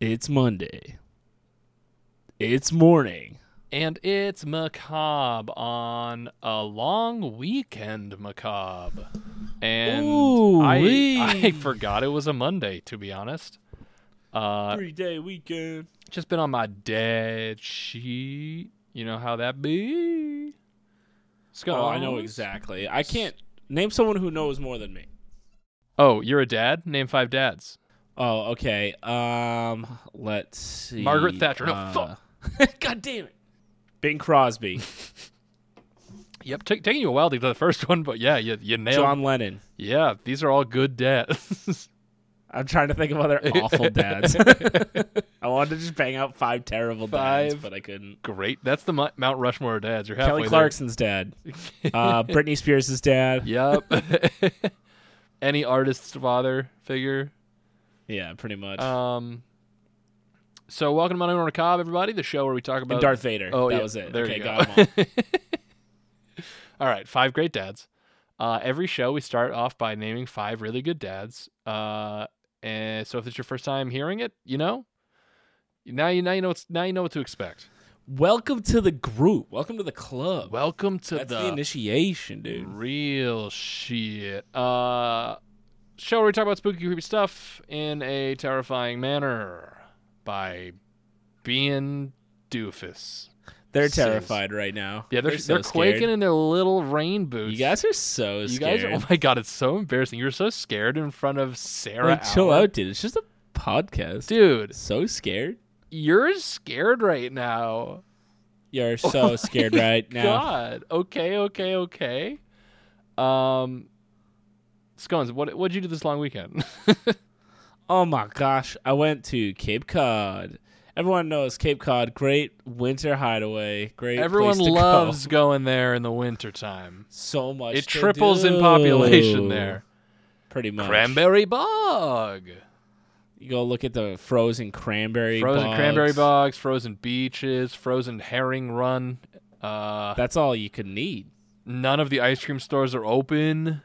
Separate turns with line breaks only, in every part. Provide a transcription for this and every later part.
It's Monday. It's morning.
And it's macabre on a long weekend macabre. And
Ooh-wee.
I, I forgot it was a Monday, to be honest. Uh,
Three day weekend.
just been on my dad sheet. You know how that be. Scott.
Oh, I know exactly. I can't name someone who knows more than me.
Oh, you're a dad? Name five dads.
Oh, okay. Um, let's see.
Margaret Thatcher. No,
fuck. God damn it. Bing Crosby,
Yep, ta- taking you a while to get to the first one, but yeah, you, you nailed
John Lennon.
Yeah, these are all good dads.
I'm trying to think of other awful dads. I wanted to just bang out five terrible dads,
Five.
but I couldn't.
Great. That's the Mo- Mount Rushmore of dads. You're halfway
Kelly Clarkson's dad, uh, Britney Spears' dad.
There. Yep. Any artist's father figure.
Yeah, pretty much.
Um. So welcome to Monday Morning Cobb, everybody. The show where we talk about
and Darth Vader.
Oh,
that
yeah,
was it.
there
okay,
you go.
got 'em all.
All right, five great dads. Uh, every show we start off by naming five really good dads. Uh, and so if it's your first time hearing it, you know, now you now you know what's now you know what to expect.
Welcome to the group. Welcome to the club.
Welcome to Mm,
That's the, initiation, dude.
Real shit. Uh, show where we talk about spooky, creepy stuff in a terrifying manner by being doofus.
They're
Sis.
terrified right now.
Yeah, they're they're,
so
quaking
scared.
in their little rain boots.
You guys are so
you
scared.
guys, oh my god, it's so embarrassing. You were so scared in front of Sarah.
Like, chill
Allen.
out, dude. It's just a podcast.
dude.
So scared.
You're scared right now.
You're so scared right now.
Oh God. Okay. Okay. Okay. Um, scones. What what'd you do this long weekend?
Oh my gosh. I went to Cape Cod. Everyone knows Cape Cod, great winter hideaway. Great.
Everyone
place to go.
loves going there in the wintertime.
so much.
It
to
triples in population
do.
there.
Pretty much.
Cranberry bog.
You go look at the frozen cranberry.
Frozen
bogs.
cranberry bogs, frozen beaches, frozen herring run. Uh,
That's all you could need.
none of the ice cream stores are open.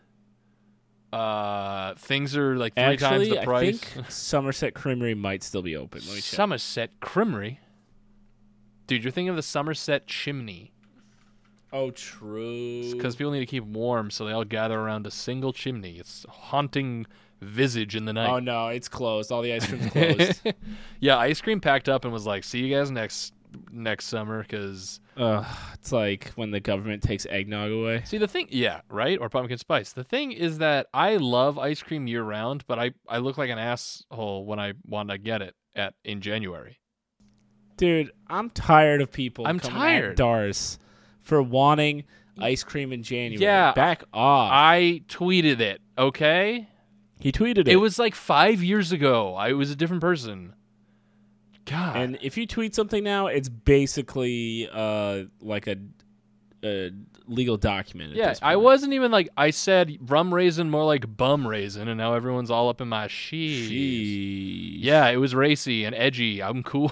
Uh, things are like three times
Actually,
the price.
I think Somerset Creamery might still be open. Let me check.
Somerset Creamery. Dude, you're thinking of the Somerset chimney.
oh, true.
Because people need to keep warm, so they all gather around a single chimney. It's haunting visage in the night.
Oh no, it's closed. All the ice cream's closed.
yeah, ice cream packed up and was like, "See you guys next next summer." Because
Ugh, it's like when the government takes eggnog away.
see the thing, yeah, right, or pumpkin spice. The thing is that I love ice cream year round, but I I look like an asshole when I want to get it at in January.
Dude, I'm tired of people.
I'm
coming
tired.
At Doris for wanting ice cream in January.
Yeah,
back off.
I tweeted it. Okay,
he tweeted it.
it was like five years ago. I was a different person. God,
and if you tweet something now, it's basically uh like a, a legal document. at
yeah,
this
I
point.
wasn't even like I said rum raisin, more like bum raisin, and now everyone's all up in my sheet.
Jeez.
Yeah, it was racy and edgy. I'm cool.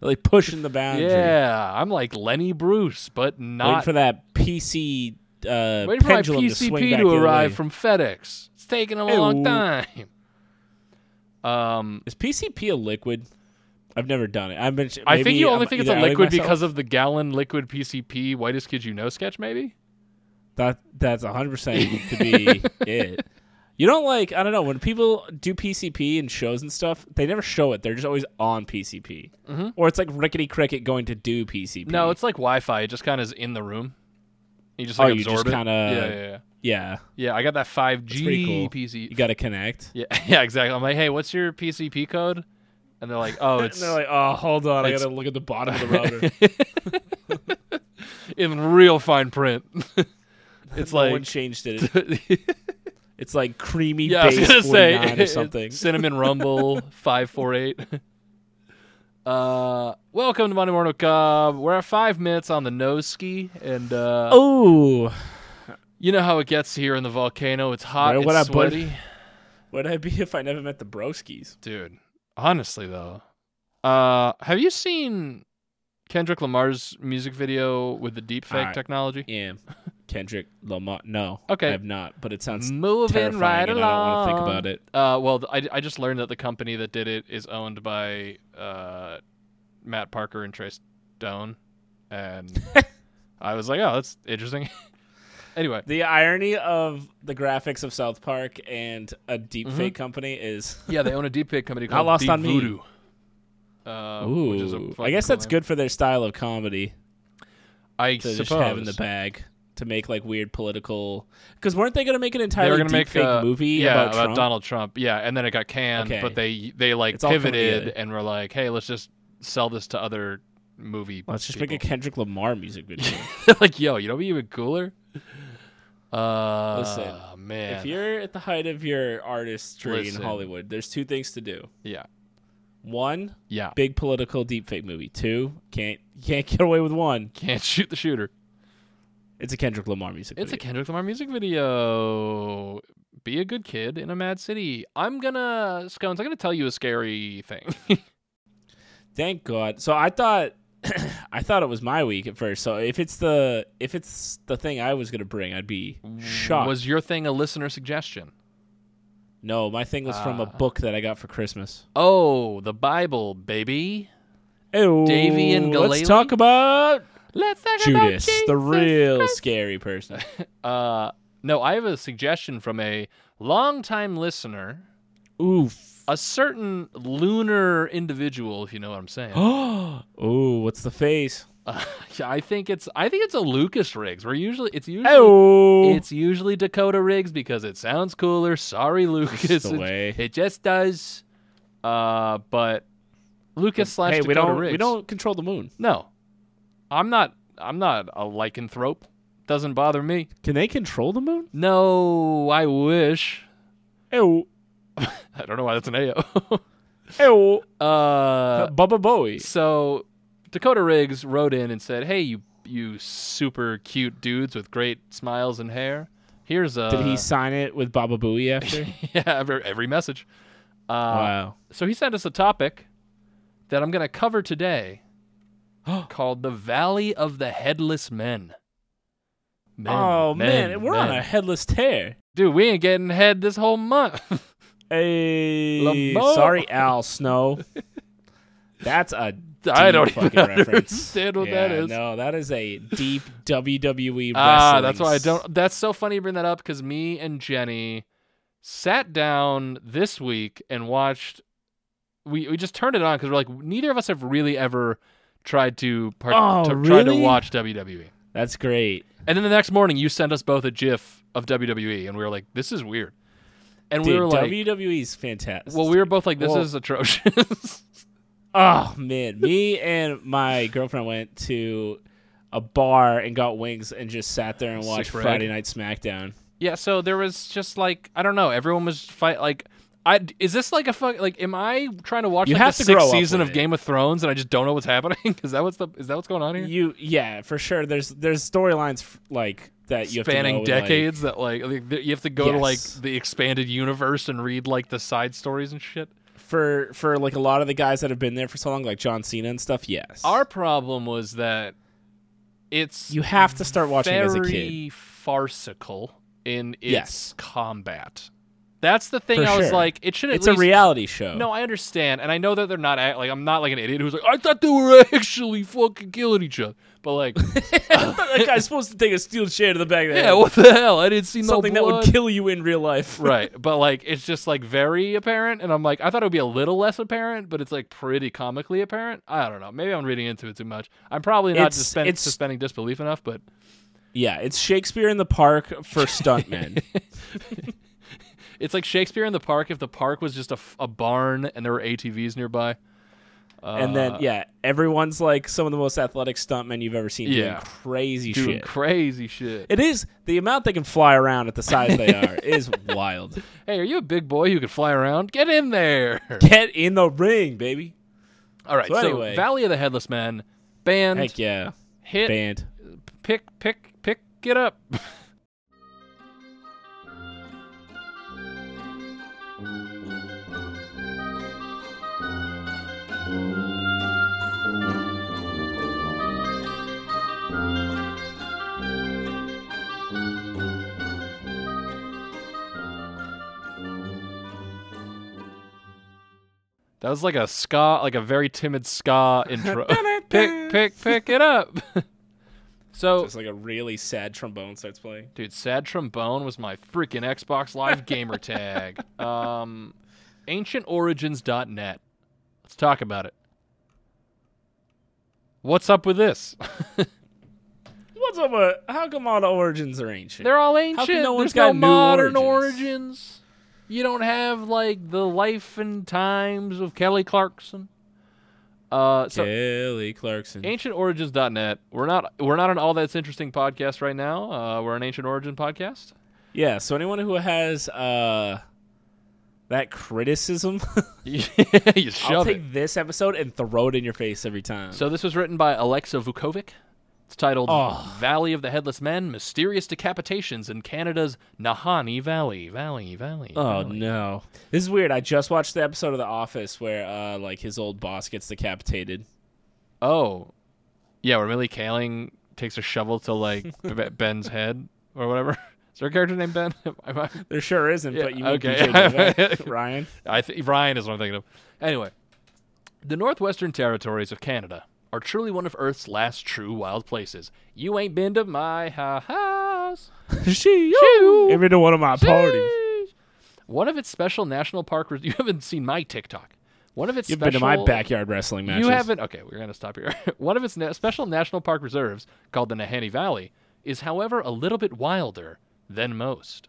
Really pushing the boundary.
yeah, I'm like Lenny Bruce, but
Waiting
not
for that PC uh,
waiting for my
pendulum to swing
PCP
back
to,
the other
arrive
way.
from FedEx. It's taking them a long
Ew.
time. Um,
Is PCP a liquid? I've never done it. I've been.
I think you only think it's a liquid
because
because of the gallon liquid PCP whitest kid you know sketch, maybe.
That that's hundred percent to be it. You don't like I don't know when people do PCP and shows and stuff. They never show it. They're just always on PCP, or it's like rickety cricket going to do PCP.
No, it's like Wi-Fi. It just kind of is in the room. You just
Oh,
like
you
absorb
just
it.
kinda-
yeah, yeah, yeah.
yeah,
Yeah, I got that 5G
pretty cool.
PC.
you got to connect.
Yeah, yeah, exactly. I'm like, hey, what's your PCP code? And they're like, oh, it's
like, oh, hold on,
it's-
look at the bottom of the router.
in real fine print. it's
no one
like,
changed it. It's like creamy
yeah, I was
base
gonna
forty
say
nine or
it's
something.
cinnamon rumble five four eight. Uh, welcome to Monday Morning Cobb. We're at five minutes on the nose ski, and uh,
Oh,
you know how it gets here in the volcano. It's hot,
Where would
it's
I put-
sweaty.
where'd I be if I never met the Broskis?
dude honestly though uh have you seen kendrick lamar's music video with the deepfake
I-
technology
Yeah, Kendrick Lamar. No,
Okay.
I have not. But it sounds
Moving right
terrifying, and I
along.
don't want to think about it.
Uh, well, th- I, I just learned that the company that did it is owned by uh, Matt Parker and Trey Stone, and I was like, oh, that's interesting. anyway,
The irony of the graphics of South Park and a deepfake company is,
yeah, they own a deep fake company
Not
called
lost
Deep
on me.
Voodoo. Uh, which is a
ooh, I
fucking
guess
cool
that's
name.
good for their style of comedy
I
to
suppose
just have in the bag to make like weird political. Because weren't they going to make an
they were
entire
gonna make
deepfake
a-
movie
yeah,
about, Trump?
Donald Trump. Yeah, and then it got canned,
Okay.
but they they like
It's all coming
pivoted
together.
and were like, hey, let's just sell this to other movie.
Let's just
people.
make a Kendrick Lamar music video.
like, yo, you know, be even cooler. Uh,
Listen,
man,
If you're at the height of your artistry
Listen.
in Hollywood, there's two things to do.
yeah,
One,
yeah,
big political deepfake movie. Two, can't you can't get away with one.
can't shoot the shooter.
It's a Kendrick Lamar music.
It's a
video.
Kendrick Lamar music video. Be a good kid in a mad city. I'm gonna scones. I'm gonna tell you a scary thing.
thank God. So I thought I thought it was my week at first. So if it's the if it's the thing I was gonna bring, I'd be shocked.
Was your thing a listener suggestion?
no, my thing was from a
Ah.
book that I got for Christmas.
Oh, the Bible, baby.
Oh,
Davy and Galilei?
Let's talk about
Let's talk
Judas,
about
the
Jesus
real
Christ.
scary person.
Uh, no, I have a suggestion from a longtime listener,
Oof.
a certain lunar individual, if you know what I'm saying.
Oh, what's the face?
Uh, yeah, I think it's I think it's a Lucas Riggs. We're usually it's usually
Oh,
Mm. it's usually Dakota Riggs because it sounds cooler. Sorry, Lucas.
the
It-
way.
It, just does. Uh, but Lucas slash
hey,
Dakota
we don't
Riggs.
we don't control the moon.
No, I'm not. I'm not a lycanthrope. Doesn't bother me.
Can they control the moon?
No, I wish.
Oh,
I don't know why that's an AO.
oh,
uh,
Bubba Bowie.
So Dakota Riggs wrote in and said, "Hey, you you super cute dudes with great smiles and hair. Here's a
Did he sign it with Baba Booey after?
yeah every, every message. Uh,
wow.
So he sent us a topic that I'm going to cover today, called the Valley of the Headless Men. Men,
oh man,
men,
we're on
men.
a headless tear.
dude. We ain't getting head this whole month.
Hey,
Lamar.
sorry, Al Snow. That's a deep
I don't
fucking
even
reference.
understand what that
Yeah,
is.
No, that is a deep E WWE wrestling.
Ah, that's why I don't. That's so funny you bring that up because me and Jenny sat down this week and watched. We we just turned it on because we're like neither of us have really ever tried to part,
Oh,
to try to
really?
watch WWE.
That's great.
And then the next morning, you sent us both a GIF of WWE, and we were like, "This is weird." And
Dude,
we were like,
WWE's fantastic.
"Well, we were both like, this
Well-
is atrocious."
Oh man, me and my girlfriend went to a bar and got wings and just sat there and watched
brag.
Friday Night SmackDown.
Yeah, so there was just like I don't know. Everyone was fight like. I, is this like a fuck? Like, am I trying to watch
You
like
have
the
to grow
sixth
up
season
with it.
of Game of Thrones and I just don't know what's happening? Is that what's the is that what's going on here?
You yeah, for sure. There's there's storylines f- like that you
Spanning
have to know, and, like-
decades that like, like th- you have to go to like
Yes.
the expanded universe and read like the side stories and shit.
for for like a lot of the guys that have been there for so long, like John Cena and stuff. Yes,
Our problem was that it's
you have to start watching
very
it as a kid.
farcical in its
Yes.
combat. That's the thing.
For
I was
sure.
like, it should at
It's a
least
reality show.
No, I understand, and I know that they're not act- like I'm not like an idiot who's like I thought they were actually fucking killing each other, but like,
that guy's supposed to take a steel chair to the back of the
yeah,
head.
what the hell? I didn't see no
something that would
blood.
kill you in real life.
right, but like it's just like very apparent, and I'm like I thought it would be a little less apparent, but it's like pretty comically apparent. I don't know. Maybe I'm reading into it too much. I'm probably not
It's-
suspend-
it's-
suspending disbelief enough, but
Yeah, it's Shakespeare in the Park for stuntmen.
it's like Shakespeare in the Park. If the park was just a, f- a barn and there were ATVs nearby,
and then yeah, everyone's like some of the most athletic stuntmen you've ever seen
Yeah.
doing crazy
doing
shit.
crazy shit.
it is the amount they can fly around at the size they are is wild.
hey, are you a big boy who can fly around? Get in there.
Get in the ring, baby.
All right. So,
So anyway.
Valley of the Headless Men, band,
Heck yeah,
hit,
band.
pick, pick, pick, get up. That was like a ska, like a very timid ska intro. pick, pick, pick it up. so,
Just like a really sad trombone starts playing.
dude, sad trombone was my freaking Xbox Live gamer tag. Um, ancientorigins.net. Let's talk about it. What's up with this?
What's up with how come all the origins are ancient?
They're all ancient.
can no one's
There's no
got new
modern
origins?
origins. You don't have like the life and times of Kelly Clarkson. Uh, so
Kelly Clarkson.
ancientorigins.net. We're not we're not an all that's interesting podcast right now. Uh, we're an ancient origin podcast.
Yeah, so anyone who has uh that criticism,
you
I'll
shove
take
it.
this episode and throw it in your face every time.
So this was written by Alexa Vukovic. It's titled
Oh.
"Valley of the Headless Men: Mysterious Decapitations in Canada's Nahani Valley." Valley, Valley.
oh
valley.
no. This is weird. I just watched the episode of The Office where uh like his old boss gets decapitated.
Oh, yeah, where Millie Kaling takes a shovel to like B- Ben's head or whatever. Is there a character named Ben? Am I,
There sure isn't,
Yeah,
but you mean
okay.
BJ Novak, Ryan.
I th- Ryan is what I'm thinking of. Anyway, the northwestern territories of Canada are truly one of Earth's last true wild places. You ain't been to my ha- house.
she
Shoo.
every to one of my parties.
One of its special national park. Res- you haven't seen my TikTok. One of its
You've
special
been to my backyard wrestling matches.
You haven't. Okay, we're gonna stop here. One of its na- special national park reserves, called the Nahanni Valley, is, however, a little bit wilder than most.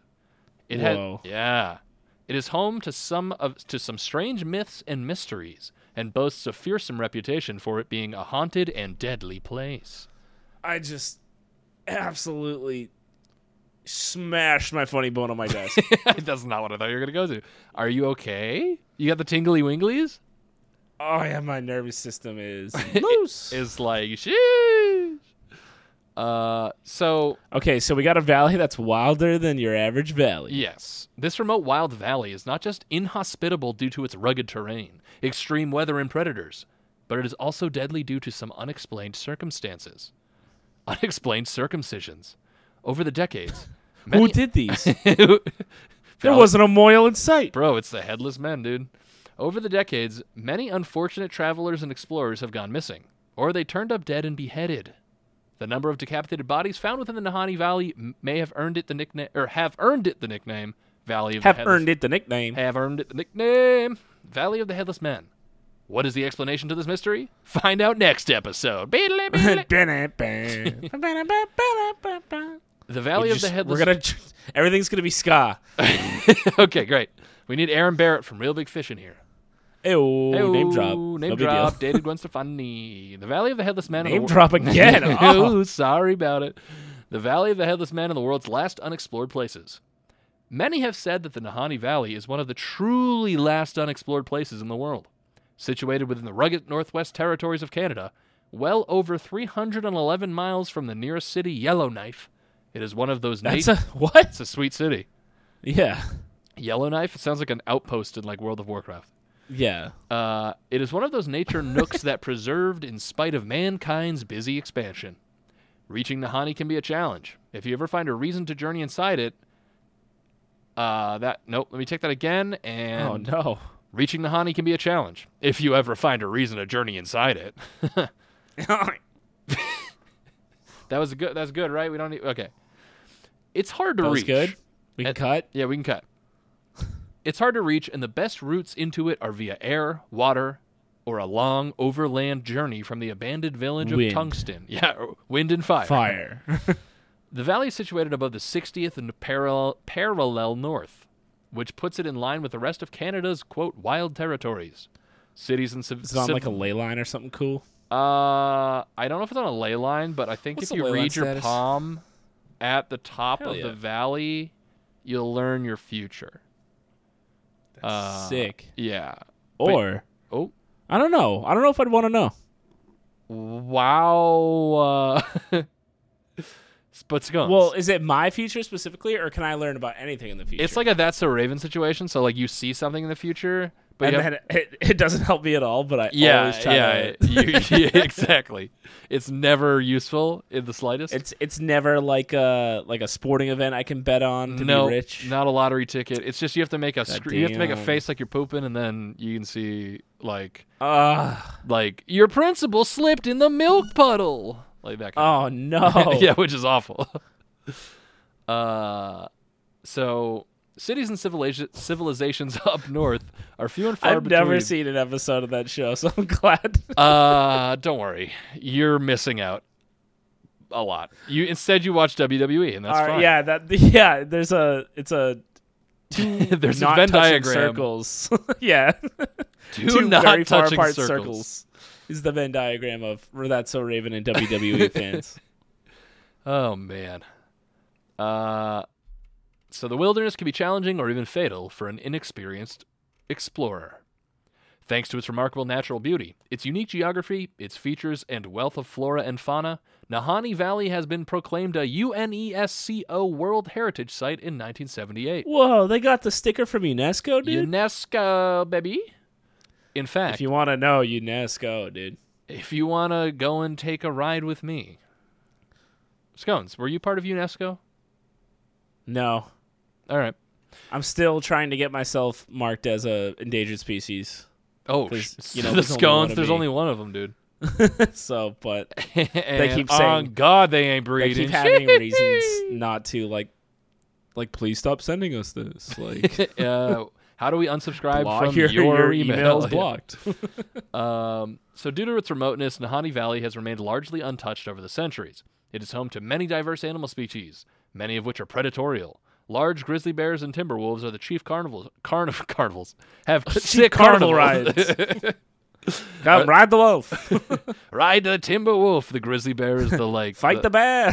It
Whoa.
had, yeah, it is home to some of to some strange myths and mysteries, and boasts a fearsome reputation for it being a haunted and deadly place.
I just absolutely smashed my funny bone on my desk.
That's not what I thought you were gonna go to. Are you okay? You got the tingly winglies?
oh yeah, my nervous system is loose.
Is like sheesh. Uh, so
okay, so we got a valley that's wilder than your average valley.
Yes. This remote wild valley is not just inhospitable due to its rugged terrain, extreme weather, and predators, but it is also deadly due to some unexplained circumstances. Unexplained circumcisions. Over the decades,
Who
many-
did these? there
Valley-
wasn't a moil in sight.
Bro, it's the headless men, dude. Over the decades, many unfortunate travelers and explorers have gone missing, or they turned up dead and beheaded. The number of decapitated bodies found within the Nahani Valley m- may have earned it the nickname, or have earned it the nickname, Valley of
Have
the Headless
earned it the nickname.
have earned it the nickname Valley of the Headless Men. What is the explanation to this mystery? Find out next episode. Beedly beedly. the Valley of the
Just-
Headless
we're gonna everything's gonna be ska.
Okay, great. We need Aaron Barrett from Real Big Fish in here.
Ew, name
Heyo,
drop.
Name
no big deal.
drop. Dated Gwen Stefani. The Valley of the Headless Man.
Name drop again. Oh.
oh, sorry about it. The Valley of the Headless Man and the world's last unexplored places. Many have said that the Nahani Valley is one of the truly last unexplored places in the world. Situated within the rugged Northwest Territories of Canada, well over 311 miles from the nearest city, Yellowknife, it is one of those.
That's
nat-
a what?
it's a sweet city.
Yeah,
Yellowknife. It sounds like an outpost in like World of Warcraft.
yeah.
Uh, it is one of those nature nooks that preserved in spite of mankind's busy expansion. Reaching Nahani can be a challenge. If you ever find a reason to journey inside it, uh, that nope. Let me take that again. And
Oh no.
reaching Nahani can be a challenge. If you ever find a reason to journey inside it,
that
that was good. That's good, right? We don't need. Okay, it's hard to
was
reach.
good. We can
And-
cut.
Yeah, we can cut. It's hard to reach, and the best routes into it are via air, water, or a long overland journey from the abandoned village of
Wind.
Tungsten. Yeah, or wind and fire.
Fire.
The valley is situated above the 60th and parallel, parallel north, which puts it in line with the rest of Canada's, quote, wild territories. Cities and civ-
Is it on
civ-
like a ley line or something cool?
uh, I don't know if it's on a ley line, but I think
What's
if
the
you
ley line
read your
status?
palm at the top
Hell
of the
yeah.
valley, you'll learn your future. Uh,
Sick.
Yeah.
Or
Oh.
I don't know. I don't know if I'd want to know.
Wow. Uh, but scones.
Well, is it my future specifically, or can I learn about anything in the future?
it's like a that's so Raven situation. So like you see something in the future, But
and
yeah,
then it, it doesn't help me at all, but I
yeah,
always try
yeah,
to.
you- yeah, exactly. It's never useful in the slightest.
It's it's never like a like a sporting event I can bet on to
no,
be rich.
not a lottery ticket. It's just you have to make a
God
scr- you have to make a
damn.
face like you're pooping, and then you can see like
Ugh.
like your principal slipped in the milk puddle, like that. Kind of
oh no.
yeah, which is awful. uh, so cities and civilization, civilizations up north are few and far
I've
between.
never seen an episode of that show, so I'm glad.
Uh, don't worry, you're missing out a lot. You instead you watch WWE, and that's
All right,
fine.
yeah, that yeah. There's a it's a
two there's
not
a Venn
touching
diagram.
circles. yeah,
Two, not
very far
touching
apart
circles.
is the Venn diagram of or that's so Raven and WWE fans.
Oh man. Uh, so the wilderness can be challenging or even fatal for an inexperienced explorer. Thanks to its remarkable natural beauty, its unique geography, its features, and wealth of flora and fauna, Nahani Valley has been proclaimed a E UNESCO World Heritage Site in 1978.
Whoa, they got the sticker from UNESCO, dude.
UNESCO, baby. In fact,
if you want to know, UNESCO, dude.
if you want to go and take a ride with me, Scones, were you part of UNESCO?
No,
All right.
I'm still trying to get myself marked as a endangered species.
Oh,
'Cause,
sh-
you know,
the
there's only one
scones.
of
There's
me.
only one of them, dude.
so, but
they
keep
"On
saying-
God, they ain't
they
breeding."
keep having reasons not to like, like please stop sending us this. Like,
uh, how do we unsubscribe
block
from
your, your
email?
emails blocked.
Um, so, due to its remoteness, Nahani Valley has remained largely untouched over the centuries. It is home to many diverse animal species, many of which are predatorial. Large grizzly bears and timber wolves are the chief carnivals. Carniv- carnivals have sick
carnival
carnivals. Uh,
Come ride the wolf,
Ride the timber wolf. The grizzly bear is the like
fight the bear.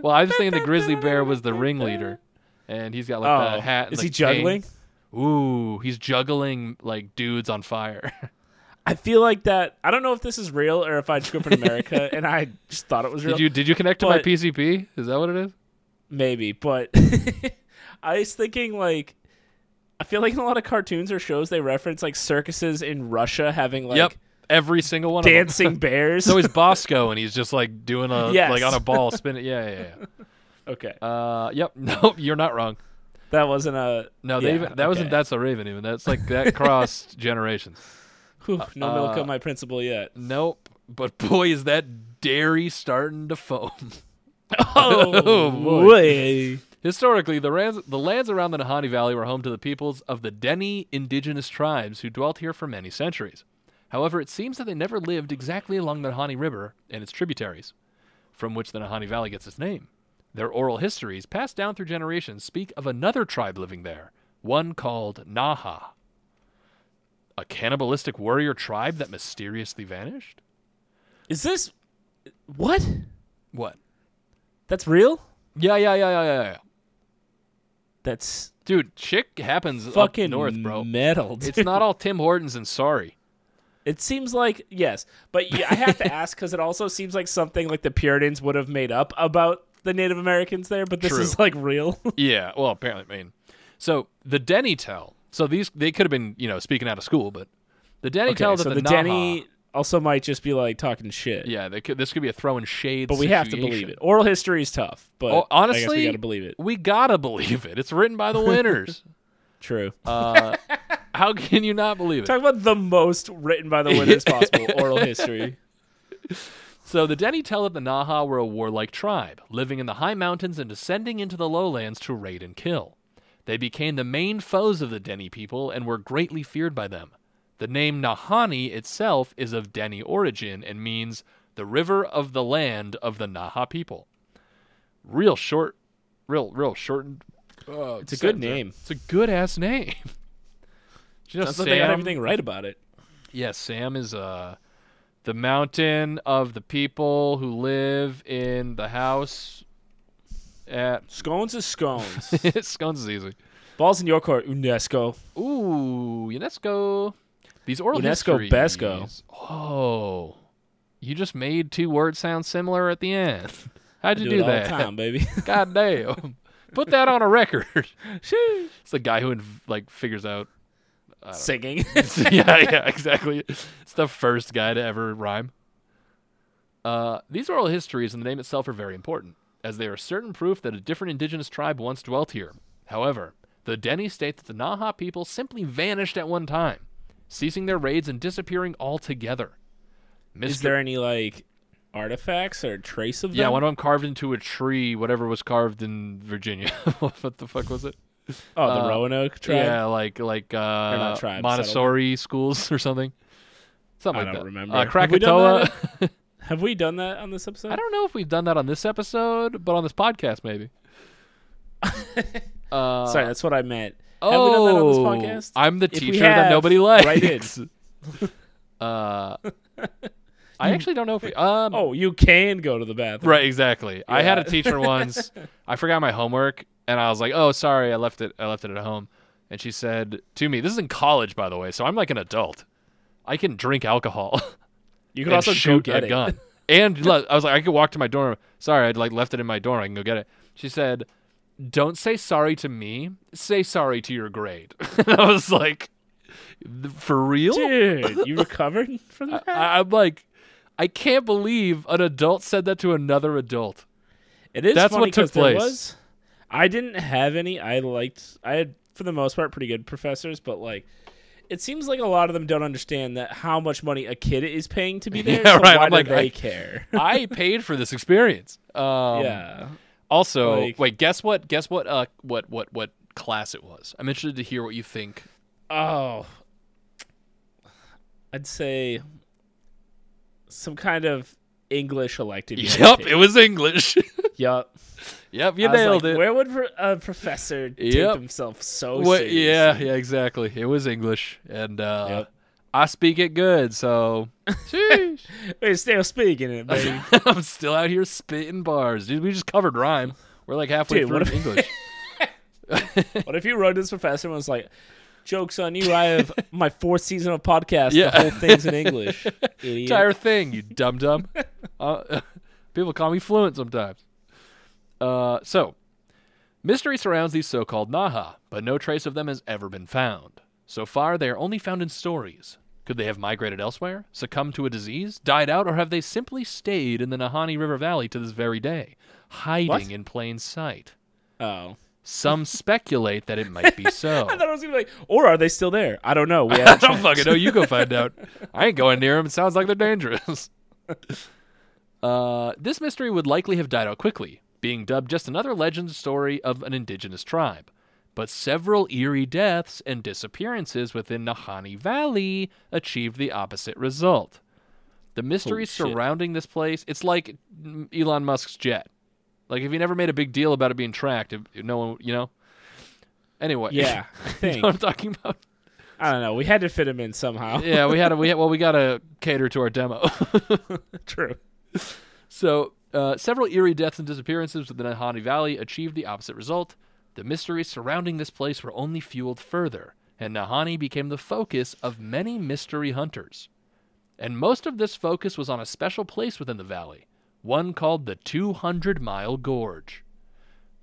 well, I was thinking the grizzly bear was the ringleader, and he's got like
oh,
the hat. And
is
the
he juggling?
cane. Ooh, he's juggling like dudes on fire.
I feel like that. I don't know if this is real or if I just grew up in America and I just thought it was real.
did you did you connect to my
But-
PCP? Is that what it is?
Maybe, but I was thinking like. I feel like in a lot of cartoons or shows they reference like circuses in Russia having like
yep, every single one. Of them.
dancing bears.
So he's Bosco, and he's just like doing a
Yes.
like on a ball spinning. Yeah, yeah,
okay,
yeah. Uh, yep. No, you're not wrong.
that wasn't a
No, they
yeah,
even, that wasn't
okay.
that's a Raven. Even that's like that crossed generations.
Whew, no milk
uh,
on my principal yet.
Nope. But boy, is that dairy starting to foam.
Oh
boy.
boy!
Historically, the, rands, the lands around the Nahani Valley were home to the peoples of the Deni indigenous tribes who dwelt here for many centuries. However, it seems that they never lived exactly along the Nahani River and its tributaries, from which the Nahani Valley gets its name. Their oral histories, passed down through generations, speak of another tribe living there, one called Naha. A cannibalistic warrior tribe that mysteriously vanished?
Is this what?
What?
That's real?
Yeah, yeah, yeah, yeah, yeah. yeah.
That's
Dude, chick happens
fucking
up north, bro.
metal. Dude.
It's not all Tim Hortons and sorry.
It seems like yes, but yeah, I have to ask because it also seems like something like the Puritans would have made up about the Native Americans there, but this
True.
is like real.
Yeah, well, apparently, I mean, so the Denny tell. So these they could have been, you know, speaking out of school, but the Denny tell that
so
the,
the
Naha-
Denny also might just be like talking shit.
Yeah, they could, this could be a throwing shade.
But we have to believe it. Oral history is tough, but
Oh,
honestly,
honestly,
we gotta believe it.
We gotta believe it. It's written by the winners.
True.
uh, how can you not believe it?
Talk about the most written by the winners possible. Oral history.
So the Denny tell that the Naha were a warlike tribe, living in the high mountains and descending into the lowlands to raid and kill. They became the main foes of the Denny people and were greatly feared by them. The name Nahani itself is of Denny origin and means the river of the land of the Naha people. Real short, real, real shortened. uh,
It's a good
sentence there.
name.
It's a good ass name. Did you know
Sounds like they got
Sam-
everything right about it.
Yes, Sam is uh the mountain of the people who live in the house at
Scones is scones.
Scones is easy.
Balls in your court, UNESCO.
Ooh, UNESCO. These oral
UNESCO Besco.
histories- Oh. You just made two words sound similar at the end. How'd you
do
do,
it all
that?
the time, baby.
God damn. Put that on a record. it's the guy who inv- like figures out I don't
singing.
yeah, yeah, exactly. It's the first guy to ever rhyme. Uh, these oral histories and the name itself are very important, as they are certain proof that a different indigenous tribe once dwelt here. However, the Denny state that the Naha people simply vanished at one time, ceasing their raids and disappearing altogether.
Is
Mr.
there any like artifacts or trace of them?
yeah, one of them carved into a tree, whatever was carved in Virginia. what the fuck was it?
Oh, the
uh,
Roanoke tribe.
Yeah, like like uh,
not tribes,
Montessori schools or something. Something
I
like
don't
that.
remember.
Uh,
Have we done
Krakatoa.
Have we done that on this episode?
I don't know if we've done that on this episode, but on this podcast maybe. uh,
Sorry, that's what I meant.
oh,
Have we done that on this podcast?
I'm the
If we
teacher that
have,
nobody likes.
write in.
uh, I actually don't know if we. Um,
oh, you can go to the bathroom.
Right, exactly. I had a
Yeah.
teacher once. I forgot my homework, and I was like, "Oh, sorry, I left it. I left it at home." And she said to me, "This is in college, by the way, so I'm like an adult. I can drink alcohol
You
and
can also
shoot
go get
a
it.
gun." and le- I was like, "I could walk to my dorm. Sorry, I'd like left it in my dorm. I can go get it." She said, "Don't say sorry to me. Say sorry to your grade." I was like, "Th- "For real?"
Dude, you recovered from that?
I- I'm like, I can't believe an adult said that to another adult.
It is.
That's
funny
what took
'cause there
place.
Was, I didn't have any. I liked. I had, for the most part, pretty good professors, but like, it seems like a lot of them don't understand that how much money a kid is paying to be there.
Yeah,
so
right.
Why
I'm
do
like,
they
I-
care?
I paid for this experience. Um,
yeah.
Also,
Like-
wait, guess what? Guess what? Uh, what? What? What class it was? I'm interested to hear what you think.
Oh, I'd say some kind of English elective. you had
Yep,
to
it was English.
take. Yep.
yep, you
I was
nailed
like,
it.
Where would pro- a professor take
Yep.
himself so
What-
seriously?
yeah, yeah, exactly. It was English, and uh,
Yep.
I speak it good. So, Sheesh.
We're still speaking it, baby.
I'm still out here spitting bars, dude. We just covered rhyme. We're like halfway
Dude,
through
what if-
English.
What if you wrote to this professor and was like, "Jokes on you! I have my fourth season of podcast.
Yeah.
The whole thing's in English, idiot."
entire thing, you dum dum. Uh, people call me fluent sometimes. Uh, so, mystery surrounds these so called Naha, but no trace of them has ever been found. So far, they are only found in stories. Could they have migrated elsewhere, succumbed to a disease, died out, or have they simply stayed in the Nahani River Valley to this very day, hiding
What?
in plain sight?
Oh,
Some speculate that it might be so.
I thought I was gonna be like, or are they still there? I don't know. We
I
haven't
don't
checked.
fucking know. You go find out. I ain't going near them. It sounds like they're dangerous. Uh, this mystery would likely have died out quickly, being dubbed just another legend story of an indigenous tribe. But several eerie deaths and disappearances within Nahani Valley achieved the opposite result. The mystery
Holy shit.
surrounding this place, it's like mm, Elon Musk's jet. Like if he never made a big deal about it being tracked, if if no one, you know. Anyway,
Yeah, I
you know
think
what I'm talking about.
I don't know. We had to fit him in somehow.
yeah, we had to, we had, well, we got to cater to our demo.
True.
so, uh, several eerie deaths and disappearances within the Nahani Valley achieved the opposite result. The mysteries surrounding this place were only fueled further, and Nahani became the focus of many mystery hunters. And most of this focus was on a special place within the valley, one called the 200 Mile Gorge.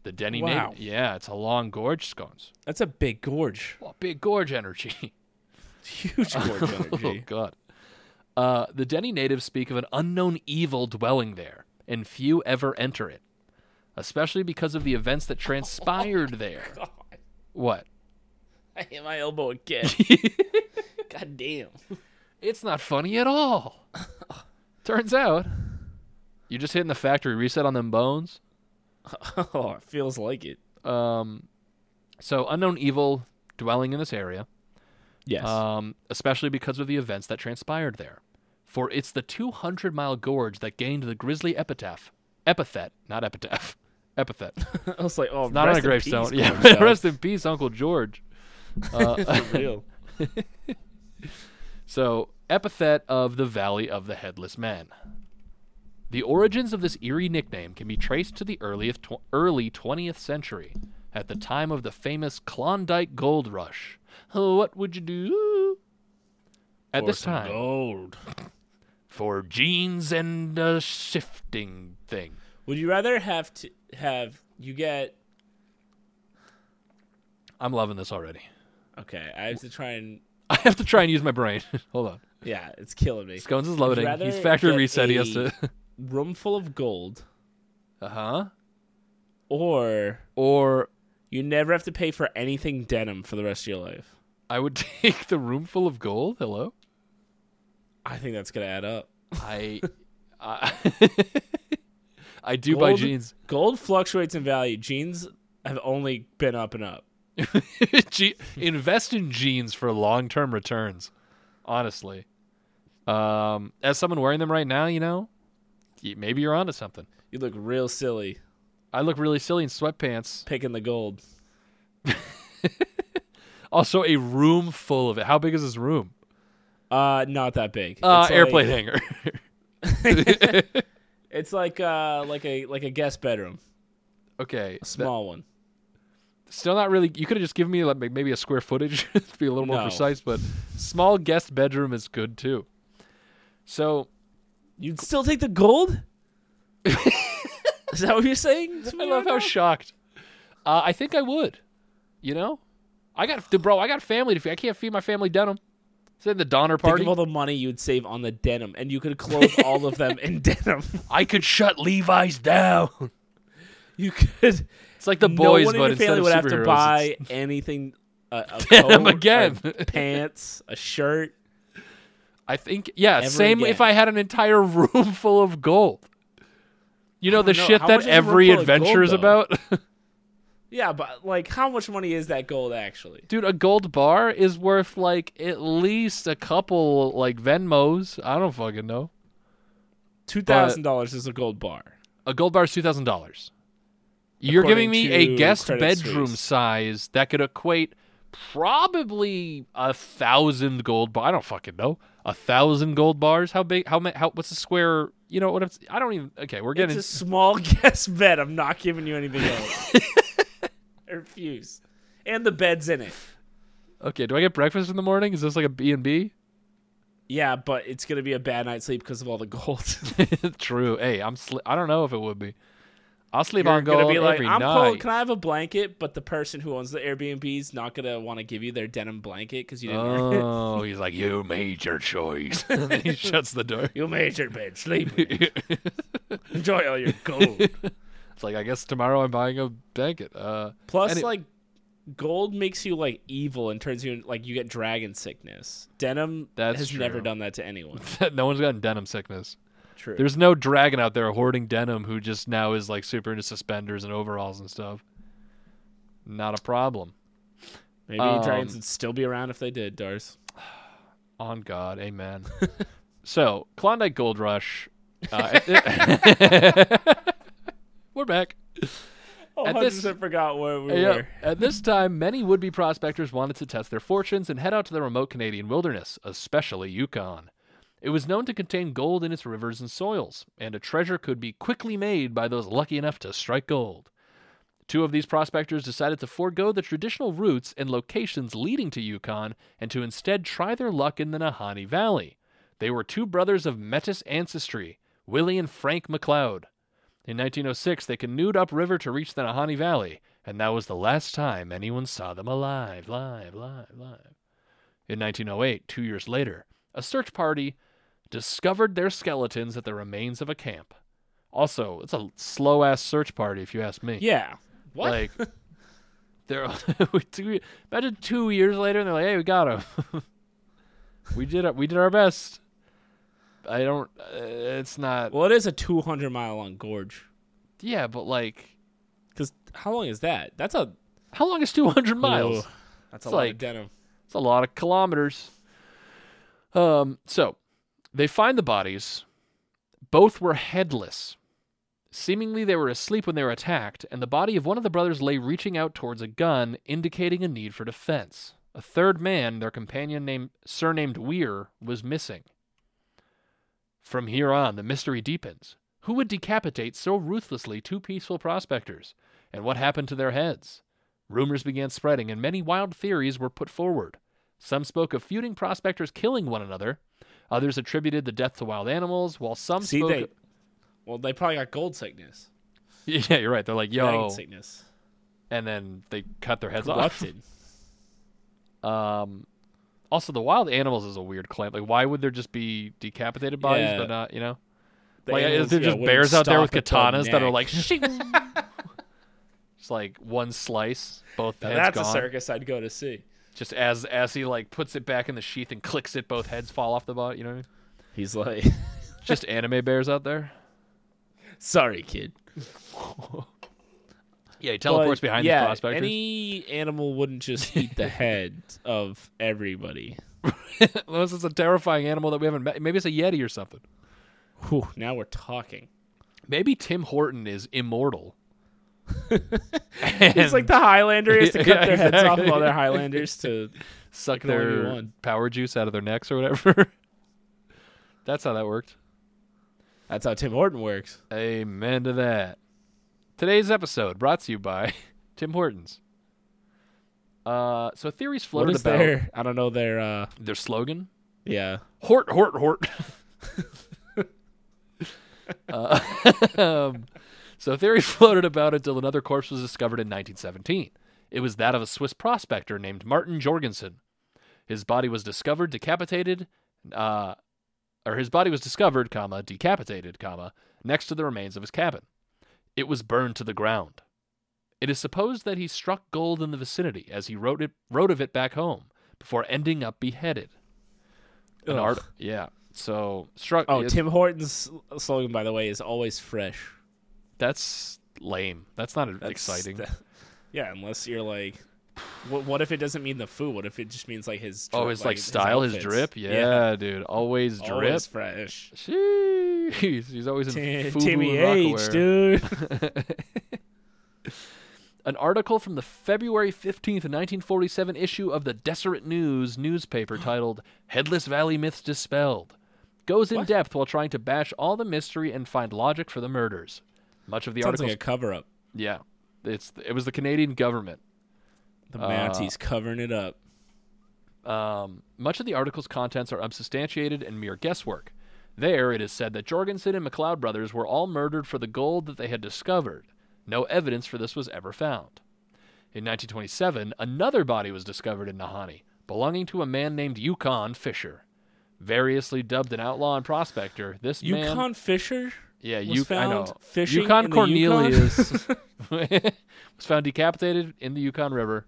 The Denny na-
Wow.
yeah, it's a long gorge, scones.
That's a big gorge.
Well, big gorge energy.
Huge gorge energy.
Oh God! Uh, the Denny natives speak of an unknown evil dwelling there, and few ever enter it, especially because of the events that transpired there.
God,
What?
I hit my elbow again. God damn.
It's not funny at all. Turns out, you just hitting the factory reset on them bones.
Oh, it feels like it.
Um, so unknown evil dwelling in this area.
Yes.
um, especially because of the events that transpired there. For it's the 200 mile gorge that gained the grisly epitaph, epithet, not epitaph, epithet.
I was like, oh,
Not
rest
on a
in
gravestone.
peace,
Yeah,
gorge, though.
rest in peace, Uncle George. Uh,
For real.
so, epithet of the Valley of the Headless Man. The origins of this eerie nickname can be traced to the earliest tw- early 20th century, at the time of the famous Klondike Gold Rush. Oh, what would you do? At
For
this
some
time,
Gold.
for jeans and a shifting thing.
Would you rather have to have you get
I'm loving this already.
okay? I have to try and
have to try and use my brain. Hold on.
Yeah, it's killing me.
Scones is loading.
rather
He's factory
get
reset. He has
a-
to.
Room full of gold,
Uh huh.
or
Or
you never have to pay for anything denim for the rest of your life.
I would take the room full of gold. Hello.
I think that's gonna add up.
I. I, I do buy
Gold-
jeans.
Gold fluctuates in value. Jeans have only been up and up.
Je- invest in jeans for long-term returns. Honestly, um, as someone wearing them right now, you know, y- maybe you're onto something.
You look real silly
I look really silly in sweatpants.
picking the gold.
Also, a room full of it. How big is this room?
Uh, not that big.
Uh,
It's like-
airplane hanger.
It's like uh, like a like a guest bedroom,
okay,
a small one.
still not really. You could have just given me like may- maybe a square footage to be a little more
No.
precise, but small guest bedroom is good too. So
You'd still take the gold? Is that what you're saying? to
I
me
love
right
how
now?
shocked. Uh, I think I would. You know, I got dude, bro. I got family to feed. I can't feed my family denim. It's in the Donner
Think
party.
of all the money you would save on the denim, and you could clothe all of them in denim.
I could shut Levi's down.
You could.
It's like the
no one
boys,
in
but
your
instead
family
of
would have to
superheroes,
buy anything. A, a
Denim
coat,
again.
a pants, a shirt.
I think yeah,
Ever
same
again.
if I had an entire room full of gold. You know the
know,
shit
how much
that
is a room
every
full of
adventure
gold,
is
though?
about?
Yeah, but like, how much money is that gold actually?
Dude, a gold bar is worth like at least a couple like Venmos. I don't fucking know.
Two thousand dollars is a gold bar.
A gold bar is two thousand dollars. You're giving me a
According to
guest
Credit
bedroom
Suisse.
size that could equate probably a thousand gold bar. I don't fucking know. A thousand gold bars. How big? How many? How? What's a square? You know what I'm? s- I don't even. Okay, we're
It's
getting.
a small guest bed. I'm not giving you anything else. I refuse. And the bed's in it.
Okay, do I get breakfast in the morning? Is this like a B and B?
Yeah, but it's gonna be a bad night's sleep because of all the gold.
True. Hey, I'm. Sli- I don't know if it would be. I'll sleep
You're
on gold
gonna be like,
every
I'm
night.
cold. Can I have a blanket? But the person who owns the Airbnb's not gonna want to give you their denim blanket because you didn't. earn it.
Oh, he's like, you made your choice. and then he shuts the door.
You made your bed, sleep. in it.
it's
Enjoy all your gold.
like, I guess tomorrow I'm buying a blanket. Uh,
Plus,
And it-
like, gold makes you like evil and turns you in, like you get dragon sickness. Denim
That's
has never
true.
done that to anyone.
no one's gotten denim sickness.
True.
There's no dragon out there hoarding denim who just now is like super into suspenders and overalls and stuff. Not a problem.
Maybe
um,
dragons would still be around if they did, Dars.
On God, amen. so, Klondike Gold Rush. Uh, we're back.
Oh,
At this- 100%
forgot where we
Yeah. At this time, many would be prospectors wanted to test their fortunes and head out to the remote Canadian wilderness, especially Yukon. It was known to contain gold in its rivers and soils, and a treasure could be quickly made by those lucky enough to strike gold. Two of these prospectors decided to forego the traditional routes and locations leading to Yukon and to instead try their luck in the Nahanni Valley. They were two brothers of Metis ancestry, Willie and Frank McLeod. In 1906, they canoed upriver to reach the Nahanni Valley, and that was the last time anyone saw them alive, live, live, live. In 1908, two years later, a search party discovered their skeletons at the remains of a camp. Also, it's a slow ass search party, if you ask me.
Yeah. What?
Like, they're two, imagine two years later, and they're like, "Hey, we got him. we did it. We did our best." I don't. Uh, it's not.
well, it is a 200 mile long gorge.
Yeah, but like,
Because how long is that? That's a
how long is 200 miles?
Ooh, that's a lot
It's like-
of denim.
It's a lot of kilometers. Um, so they find the bodies. Both were headless. Seemingly, they were asleep when they were attacked, and the body of one of the brothers lay reaching out towards a gun, indicating a need for defense. A third man, their companion named surnamed Weir, was missing. From here on, the mystery deepens. Who would decapitate so ruthlessly two peaceful prospectors, and what happened to their heads? Rumors began spreading, and many wild theories were put forward. Some spoke of feuding prospectors killing one another. Others attributed the death to wild animals, while some
See,
spoke.
they. Well, they probably got gold sickness,
Yeah, you're right. They're like,
dragon
yo,
sickness,
and then they cut their heads
corrupted.
off. Um, Also, the wild animals is a weird claim. Like, why would there just be decapitated bodies,
Yeah.
but not, you know?
The
like,
animals,
is there
yeah,
just
wouldn't
bears out there with
stop at the
katanas that are
neck.
like, shing? just like one slice, both
Now
heads
that's
gone.
a circus I'd go to see.
Just as as he like puts it back in the sheath and clicks it, both heads fall off the body. You know what I mean?
He's like,
Just anime bears out there.
sorry, kid.
Yeah, he teleports
But,
behind
yeah,
the prospectors.
Any animal wouldn't just eat the head of everybody.
Unless it's a terrifying animal that we haven't met. Maybe it's a yeti or something.
Whew, now we're talking.
Maybe Tim Horton is immortal.
He's like the Highlander. He has to cut
Yeah,
their heads off
exactly.
of other Highlanders to.
suck
can only be
their
one.
power juice out of their necks or whatever. That's how that worked.
That's how Tim Horton works.
Amen to that. Today's episode brought to you by Tim Hortons. Uh, so theories
What
floated
is
about
their? I don't know their. Uh,
their slogan.
yeah,
Hort, hort, hort. uh, um, so theories floated about until another corpse was discovered in 1917. It was that of a Swiss prospector named Martin Jorgensen. His body was discovered decapitated, uh, or his body was discovered, comma, decapitated, comma, next to the remains of his cabin. It was burned to the ground. It is supposed that he struck gold in the vicinity as he wrote it, wrote of it back home before ending up beheaded. An
Ugh.
art, yeah. So struck.
Oh,
it's-
Tim Horton's slogan, by the way, is always fresh.
that's lame. That's not
That's
exciting.
the- yeah, unless you're like, what, what if it doesn't mean the food? What if it just means like his?
oh,
drip-
his like, style, his,
outfits?
drip. Yeah, dude, always drip.
always fresh.
Jeez, he's always in
Tim-
FUBU
Timmy
and
H,
Rockaware.
dude.
An article from the February 15th, 1947 issue of the Deseret News newspaper titled Headless Valley Myths Dispelled goes in
What?
depth while trying to bash all the mystery and find logic for the murders. Much of the
Sounds
article
like a cover up.
Yeah. It's it was the Canadian government
The
Uh,
Mounties covering it up.
Um, much of the article's contents are unsubstantiated and mere guesswork. There, it is said that Jorgensen and McLeod brothers were all murdered for the gold that they had discovered. No evidence for this was ever found. In 1927, another body was discovered in Nahani, belonging to a man named Yukon Fisher. Variously dubbed an outlaw and prospector, this man.
Yukon Fisher.
Yeah,
was
you
found
I know.
fishing
Yukon
in the
Cornelius was found decapitated in the Yukon River.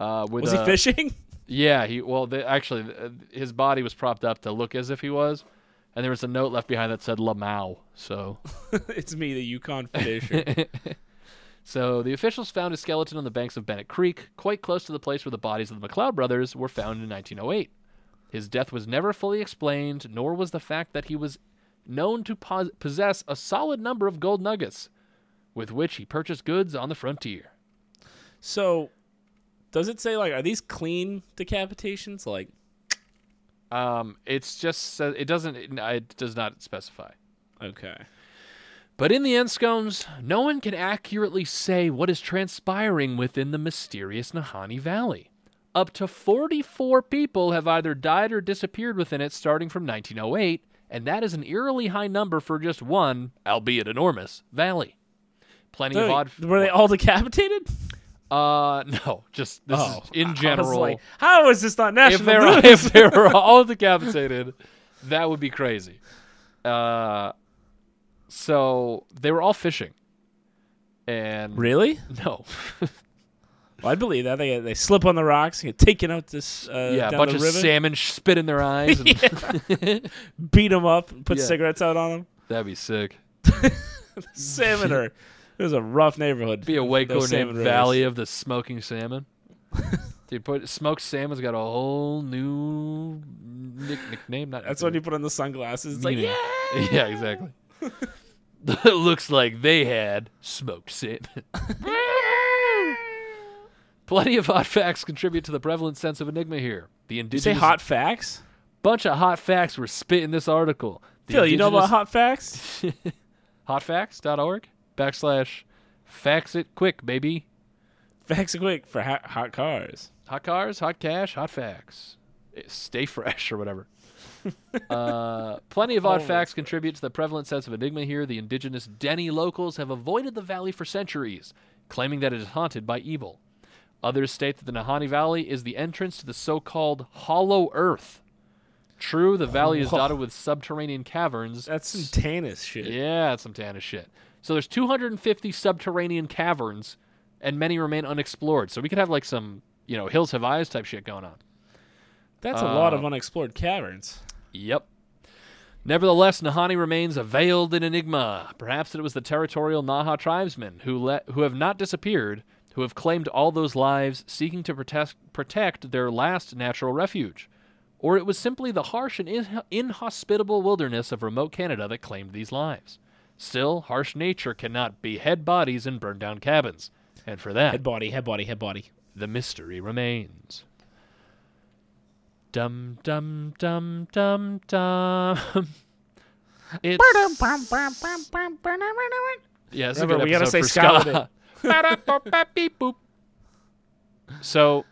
Uh, with
Was he
a-
fishing?
yeah, he well, they, actually, th- uh, his body was propped up to look as if he was, and there was a note left behind that said "Lamau." So,
it's me, the Yukon Fisher.
so the officials found a skeleton on the banks of Bennett Creek, quite close to the place where the bodies of the McLeod brothers were found in 1908. His death was never fully explained, nor was the fact that he was known to pos- possess a solid number of gold nuggets, with which he purchased goods on the frontier.
so, does it say like are these clean decapitations? Like,
Um, it's just sa- it doesn't it, it does not specify.
okay,
But in the end, scones, no one can accurately say what is transpiring within the mysterious Nahani Valley. Up to 44 people have either died or disappeared within it starting from 1908, and that is an eerily high number for just one, albeit enormous, valley. Plenty of
Wait,
odd.
were they all decapitated?
Uh, no, just this
Oh,
is in
I was
general.
like, how is this not national?
if they're
news?
if they're all decapitated, that would be crazy. Uh, so they were all fishing, and
really?
no,
Well, I believe that they they slip on the rocks and get taken out this uh,
yeah, a
down
bunch
the
of
river,
salmon sh- spit in their eyes. And
beat them up, and put
Yeah.
cigarettes out on them.
That'd be sick.
Salmon are it was a rough neighborhood.
Be a Waco
Those
named
salmon rivers.
Valley of the Smoking Salmon. Dude, put smoked salmon's got a whole new nick, nickname. Not
That's
nickname.
when you put on the sunglasses. It's like
meaning.
yeah,
Yeah, exactly. it looks like they had smoked salmon. Plenty of hot facts contribute to the prevalent sense of enigma here. The
you
indigenous
say hot facts.
bunch of hot facts were spit in this article. The
Phil, you know about
indigenous-
hot facts?
hotfacts.org backslash fax it quick baby.
Facts are quick for hot, hot cars.
Hot cars, hot cash, hot facts. Eh, Stay fresh or whatever. uh, plenty of odd
Always
facts contribute to the prevalent sense of enigma here. The indigenous Denny locals have avoided the valley for centuries, claiming that it is haunted by evil. Others state that the Nahani Valley is the entrance to the so called Hollow Earth. True, the valley is
Whoa.
dotted with subterranean caverns.
That's some Tannis shit.
Yeah, that's some Tana shit. So there's 250 subterranean caverns, and many remain unexplored. So we could have like some, you know, hills have eyes type shit going on.
That's a lot of unexplored caverns.
Yep. Nevertheless, Nahani remains a veiled in enigma. Perhaps it was the territorial Naha tribesmen who let, who have not disappeared, who have claimed all those lives, seeking to protest, protect their last natural refuge. Or it was simply the harsh and in- inhospitable wilderness of remote Canada that claimed these lives. Still, harsh nature cannot behead bodies and burn down cabins. And for that,
Head body, head body, head body.
the mystery remains. Dum dum dum dum dum. It's yeah. It's
Remember,
a good
we gotta
episode
say
for
ska
ska. Beep, boop. so,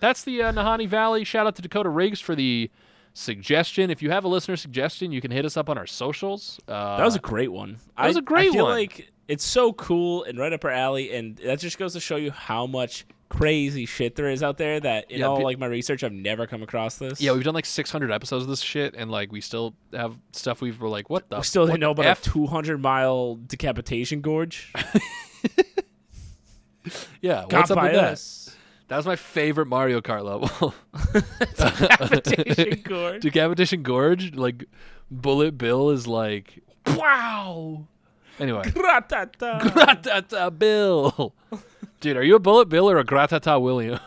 that's the uh, Nahani Valley. Shout out to Dakota Riggs for the suggestion. If you have a listener suggestion, you can hit us up on our socials. Uh,
That was a great one. That
was
a
a great
I feel
one.
like it's so cool and right up our alley, and that just goes to show you how much crazy shit there is out there. That in
Yeah,
all
pe-
like my research, I've never come across this.
yeah. We've done like 600 episodes of this shit, and like we still have stuff we've were like, what the
we still
what
didn't know about
F?
a 200 mile decapitation gorge.
yeah. What's
Got
up
by
with that?
us.
That was my favorite Mario Kart level.
Decapitation gorge.
Decapitation Gorge, like Bullet Bill is like wow. Anyway,
Ra-ta-ta.
Gratata Bill. Dude, are you a Bullet Bill or a Gratata William?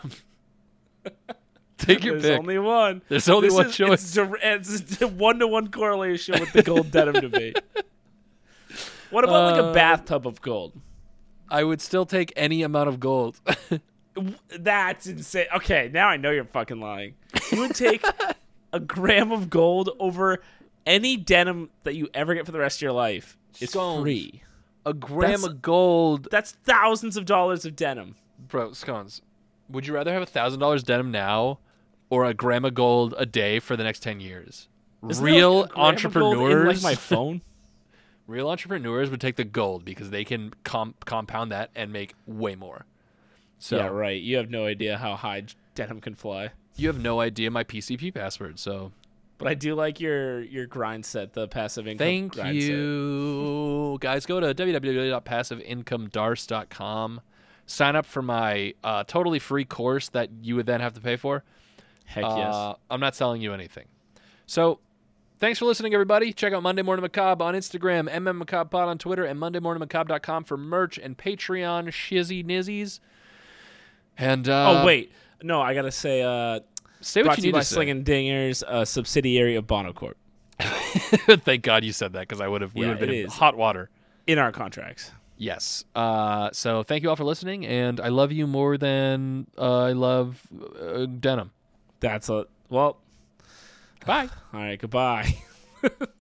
Take your
There's
pick.
only one.
There's only
This
one
is,
choice.
It's dir- It's one to one correlation with the gold denim debate. What about like
Uh,
a bathtub of gold?
I would still take any amount of gold.
W- That's insane. Okay, now I know you're fucking lying. You would take a gram of gold over any denim that you ever get for the rest of your life. It's
Scones.
free.
a gram
That's-
of gold,
That's thousands of dollars of denim.
bro. Scones. Would you rather have a thousand dollars denim now, or a gram of gold a day for the next ten years?
Isn't there,
Real
like, a gram of gold in,
entrepreneurs.
like my phone.
Real entrepreneurs would take the gold because they can com- compound that and make way more. So
Yeah, right. You have no idea how high j- denim can fly.
you have no idea my PCP password. So
But I do like your your grind set, the passive income.
thank
grind set.
you, guys. Go to www.passiveincomedarce.com. Sign up for my uh, totally free course that you would then have to pay for.
Heck
Uh, I'm not selling you anything. So thanks for listening, everybody. Check out Monday Morning Macabre on Instagram, MMMacabrePod on Twitter, and MondayMorningMacabre.com for merch and Patreon shizzy nizzies. And
yes.
uh,
oh wait, no, I gotta say, uh,
say
brought
what
to
you
you
need
by
to say.
Slinging Dingers, a subsidiary of Bono Corp.
Thank God you said that because I would have we
Yeah,
would have been
it
in
is.
hot water.
in our contracts.
Yes. Uh, so thank you all for listening, and I love you more than uh, I love uh, denim.
That's a well.
Bye.
All right. Goodbye.